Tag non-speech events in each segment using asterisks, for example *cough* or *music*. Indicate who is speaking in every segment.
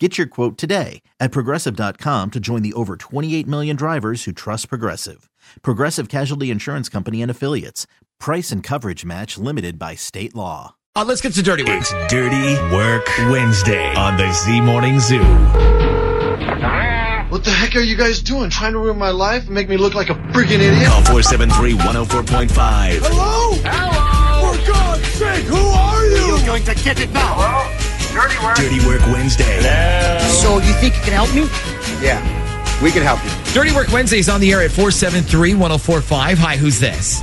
Speaker 1: Get your quote today at progressive.com to join the over 28 million drivers who trust Progressive. Progressive Casualty Insurance Company and Affiliates. Price and coverage match limited by state law.
Speaker 2: Uh, let's get to Dirty Work.
Speaker 3: It's Dirty Work Wednesday on the Z Morning Zoo.
Speaker 4: What the heck are you guys doing? Trying to ruin my life and make me look like a freaking idiot?
Speaker 3: Call 473 104.5.
Speaker 5: Hello? Hello? For God's sake, who are you?
Speaker 6: You're going to get it now. Hello?
Speaker 3: Dirty Work. Dirty Work Wednesday.
Speaker 7: So you think you can help me?
Speaker 8: Yeah, we can help you.
Speaker 2: Dirty Work Wednesday is on the air at 473 1045. Hi, who's this?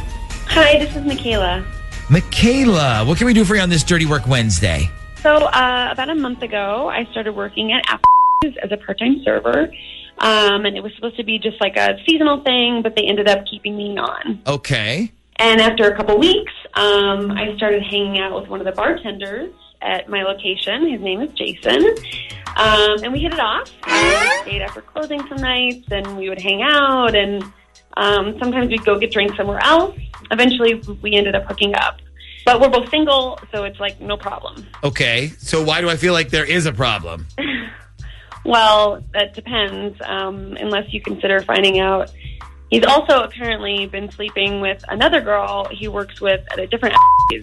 Speaker 9: Hi, this is Michaela.
Speaker 2: Michaela, what can we do for you on this Dirty Work Wednesday?
Speaker 9: So, uh, about a month ago, I started working at Applebee's as a part time server. Um, and it was supposed to be just like a seasonal thing, but they ended up keeping me on.
Speaker 2: Okay.
Speaker 9: And after a couple weeks, um, I started hanging out with one of the bartenders at my location. His name is Jason. Um, and we hit it off. We stayed after closing some nights, and we would hang out, and um, sometimes we'd go get drinks somewhere else. Eventually, we ended up hooking up. But we're both single, so it's like no problem.
Speaker 2: Okay. So why do I feel like there is a problem?
Speaker 9: Well, that depends, um, unless you consider finding out. He's also apparently been sleeping with another girl he works with at a different.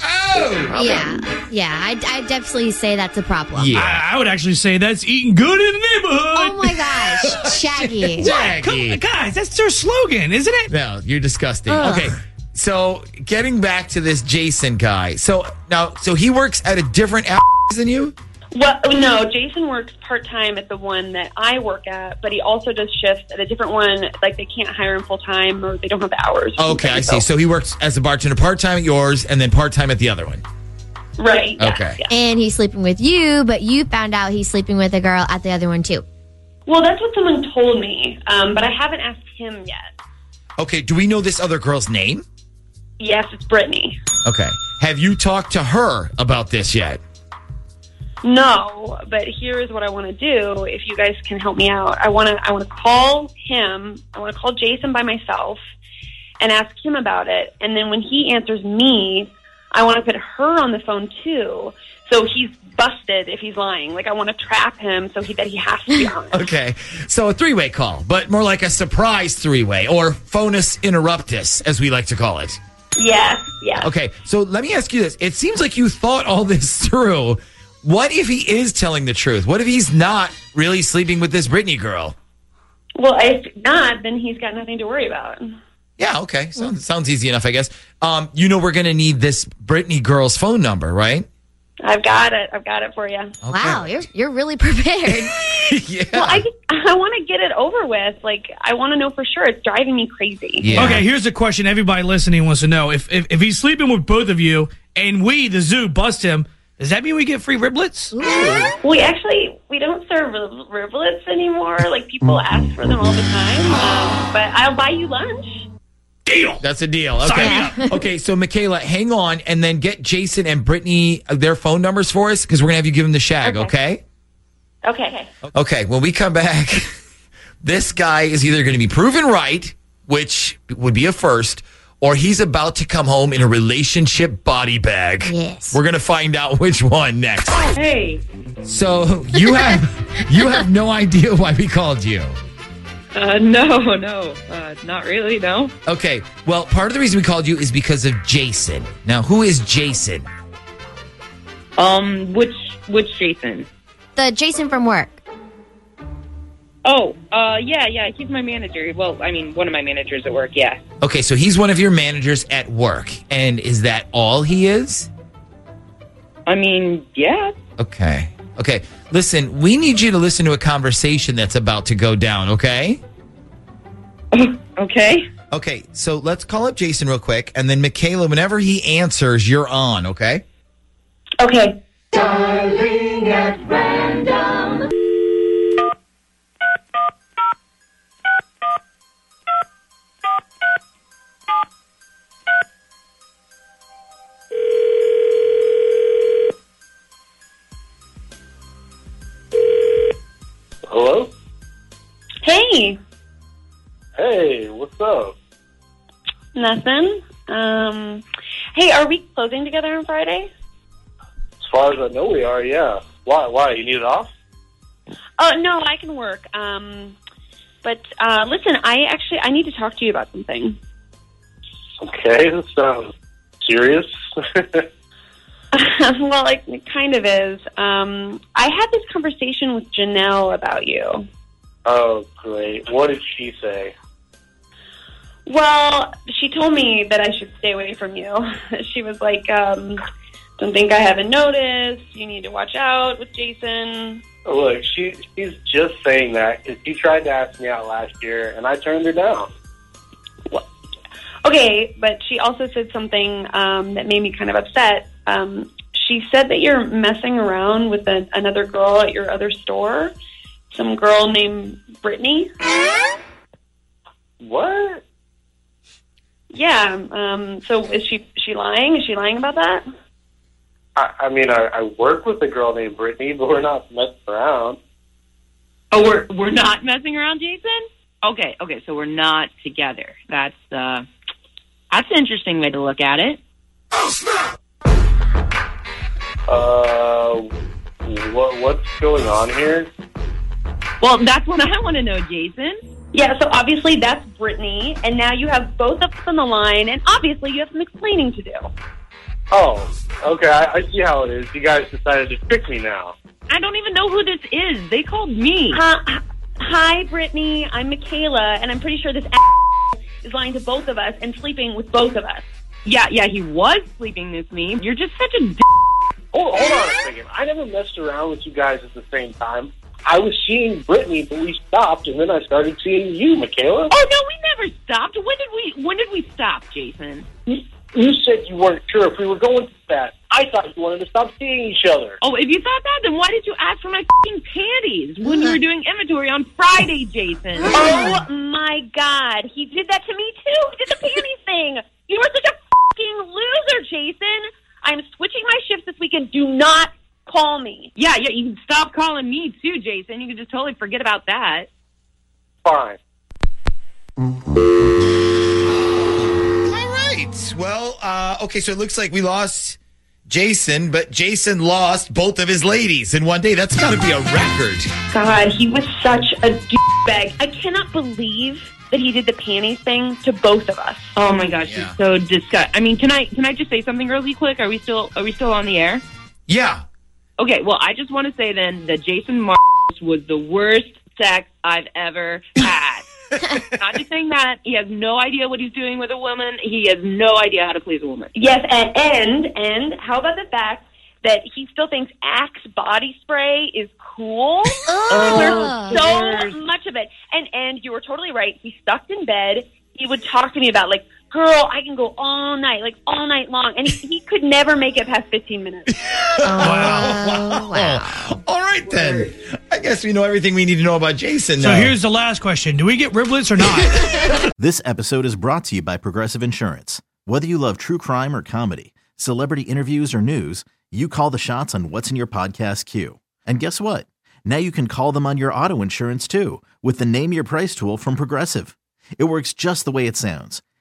Speaker 2: Oh!
Speaker 10: Yeah, yeah. I, I definitely say that's a problem.
Speaker 2: Yeah.
Speaker 11: I, I would actually say that's eating good in the neighborhood.
Speaker 10: Oh my gosh, Shaggy.
Speaker 2: Jackie.
Speaker 11: Come, guys, that's their slogan, isn't it?
Speaker 2: No, you're disgusting.
Speaker 10: Ugh.
Speaker 2: Okay. So getting back to this Jason guy. So now, so he works at a different app than you?
Speaker 9: Well, no, Jason works part time at the one that I work at, but he also does shifts at a different one. Like they can't hire him full time, or they don't have the hours. or
Speaker 2: Oh, Okay, I see.
Speaker 9: something,
Speaker 2: So he works as a bartender part time at yours and then part time at the other one.
Speaker 9: so- right? yeah,
Speaker 2: Okay.
Speaker 9: yeah.
Speaker 10: And he's sleeping with you, but you found out he's sleeping with a girl at the other one too.
Speaker 9: Well, that's what someone told me, um, but I haven't asked him yet.
Speaker 2: Okay, do we know this other girl's name?
Speaker 9: Yes, it's Brittany.
Speaker 2: Okay. Have you talked to her about this yet?
Speaker 9: No, but here is what I want to do. If you guys can help me out, I want to. I want to call him. I want to call Jason by myself and ask him about it. And then when he answers me, I want to put her on the phone too. So he's busted if he's lying. Like I want to trap him so he, that he has
Speaker 2: *laughs*
Speaker 9: to be honest.
Speaker 2: Okay. So a three way call, but more like a surprise three way or phonus interruptus, as we like to call it.
Speaker 9: Yes, yes.
Speaker 2: Okay. So let me ask you this. It seems like you thought all this through. What if he is telling the truth? What if he's not really sleeping with this Brittany girl?
Speaker 9: Well, if not, then he's got nothing to worry about.
Speaker 2: Yeah, okay. Sounds, sounds easy enough, I guess. Um, you know, we're going to need this Brittany girl's phone number, right?
Speaker 9: I've got it. I've got it for you.
Speaker 10: Wow, you're you're really *laughs* prepared.
Speaker 2: yeah.
Speaker 9: Well, I just, *laughs* I want to get it over with. Like I want to know for sure. It's driving me crazy.
Speaker 2: yeah.
Speaker 11: Okay, here's a question everybody listening wants to know. If, if if he's sleeping with both of you and we, the zoo, bust him, does that mean we get free riblets?
Speaker 9: We actually we don't serve ri- riblets anymore. Like people ask for them all the time. Um, but I'll buy you lunch.
Speaker 11: Deal.
Speaker 2: That's a deal.
Speaker 11: Sign
Speaker 2: Okay.
Speaker 10: me
Speaker 2: *laughs* okay, so Michaela, hang on and then get Jason and Brittany uh, their phone numbers for us because we're going to have you give them the shag, okay?
Speaker 9: Okay. Okay.
Speaker 2: Okay, when we come back, *laughs* this guy is either going to be proven right, which would be a first, or he's about to come home in a relationship body bag.
Speaker 10: Yes.
Speaker 2: We're going to find out which one next.
Speaker 9: Hey.
Speaker 2: So
Speaker 12: *laughs*
Speaker 2: you have you have no idea why we called you.
Speaker 12: Uh, no, no, uh, not really, no.
Speaker 2: Okay. Well, part of the reason we called you is because of Jason. Now, who is Jason?
Speaker 12: Um, which which Jason?
Speaker 10: the Jason from work.
Speaker 12: Oh, uh, yeah, yeah, he's my manager. Well, I mean, one of my managers at work. Yeah,
Speaker 2: Okay, so he's one of your managers at work. And is that all he is?
Speaker 12: I mean, yeah.
Speaker 2: Okay. Okay. Listen, we need you to listen to a conversation that's about to go down, okay?
Speaker 12: Okay,
Speaker 2: Okay, so let's call up Jason real quick. And then, Michaela, whenever he answers, you're on, okay?
Speaker 9: Okay. Hey,
Speaker 6: Hey, what's up?
Speaker 9: nothing. Um, hey, are we closing together on Friday?
Speaker 6: As far as I know, we are. Yeah. Why? Why? You need it off?
Speaker 9: Oh no, I can work. Um, but uh, listen, I actually I need to talk to you about something.
Speaker 6: Okay. That sounds serious.
Speaker 9: *laughs* well, it, it kind of is. Um, I had this conversation with Janelle about you.
Speaker 6: oh, great. What did she say?
Speaker 9: Well, she told me that I should stay away from you. *laughs* she was like, um, "Don't think I haven't noticed. You need to watch out with Jason."
Speaker 6: Look, she she's just saying that because she tried to ask me out last year, and I turned her down.
Speaker 9: Okay, but she also said something um, that made me kind of upset. Um, she said that you're messing around with a, another girl at your other store, some girl named Brittany.
Speaker 6: What?
Speaker 9: Yeah. Um, so is she she lying? Is she lying about that?
Speaker 6: I, I mean, I, I work with a girl named Brittany, but we're not messing around.
Speaker 13: Oh, we're we're not messing around, Jason. Okay, okay, so we're not together. That's uh, that's an interesting way to look at it.
Speaker 6: Uh, what what's going on here?
Speaker 13: Well, that's what I want to know, Jason.
Speaker 9: Yeah. So obviously that's Brittany, and now you have both of us on the line, and obviously you have some explaining to do.
Speaker 6: Oh, okay. I, I see how it is. You guys decided to trick me now.
Speaker 13: I don't even know who this is. They called me.
Speaker 9: Uh, hi, Brittany. I'm Michaela, and I'm pretty sure this a- is lying to both of us and sleeping with both of us.
Speaker 13: Yeah, yeah, he was sleeping with me. You're just such a. D-
Speaker 6: Hold, hold on a second. I never messed around with you guys at the same time. I was seeing Brittany, but we stopped, and then I started seeing you, Michaela.
Speaker 13: oh no, we never stopped. When did we? When did we stop, Jason?
Speaker 6: You said you weren't sure if we were going to that. I thought you wanted to stop seeing each other.
Speaker 13: Oh, if you thought that, then why did you ask for my fing panties when you were doing inventory on Friday,
Speaker 6: *laughs*
Speaker 13: Jason?
Speaker 9: Oh my God! He did that to me too. He did the panties thing. You are such a fucking loser, Jason. I'm switching my shifts this weekend. Do not call me.
Speaker 13: Yeah, yeah, you can stop calling me too, Jason. You can just totally forget about that.
Speaker 6: Fine.
Speaker 2: All right. Well, uh, okay, so it looks like we lost Jason, but Jason lost both of his ladies in one day. That's got to be a record.
Speaker 9: God, he was such a douchebag. I cannot believe that he did the panties thing to both of us.
Speaker 13: Oh my gosh, it's so disgust. I mean, can I can I just say something really quick? Are we still are we still on the air?
Speaker 2: Yeah.
Speaker 13: Okay. Well, I just want to say then that Jason Mars was the worst sex I've ever had. Not just saying that he has no idea what he's doing with a woman. He has no idea how to please a woman.
Speaker 9: Yes, and and, and how about the fact that he still thinks Axe body spray is *laughs* cool?
Speaker 13: Oh,
Speaker 9: There's so
Speaker 13: there's-
Speaker 9: much of it, and and you were totally right. He stuck in bed. He would talk to me about like, girl, I can go all night, like all night long, and he, he could never make it past 15 minutes.
Speaker 10: Oh,
Speaker 2: Wow. wow. All right, then. I guess we know everything we need to know about Jason
Speaker 11: So
Speaker 2: now.
Speaker 11: here's the last question: Do we get riblets or not?
Speaker 1: This episode is brought to you by Progressive Insurance. Whether you love true crime or comedy, celebrity interviews or news, you call the shots on what's in your podcast queue. And guess what? Now you can call them on your auto insurance too with the Name Your Price tool from Progressive. It works just the way it sounds.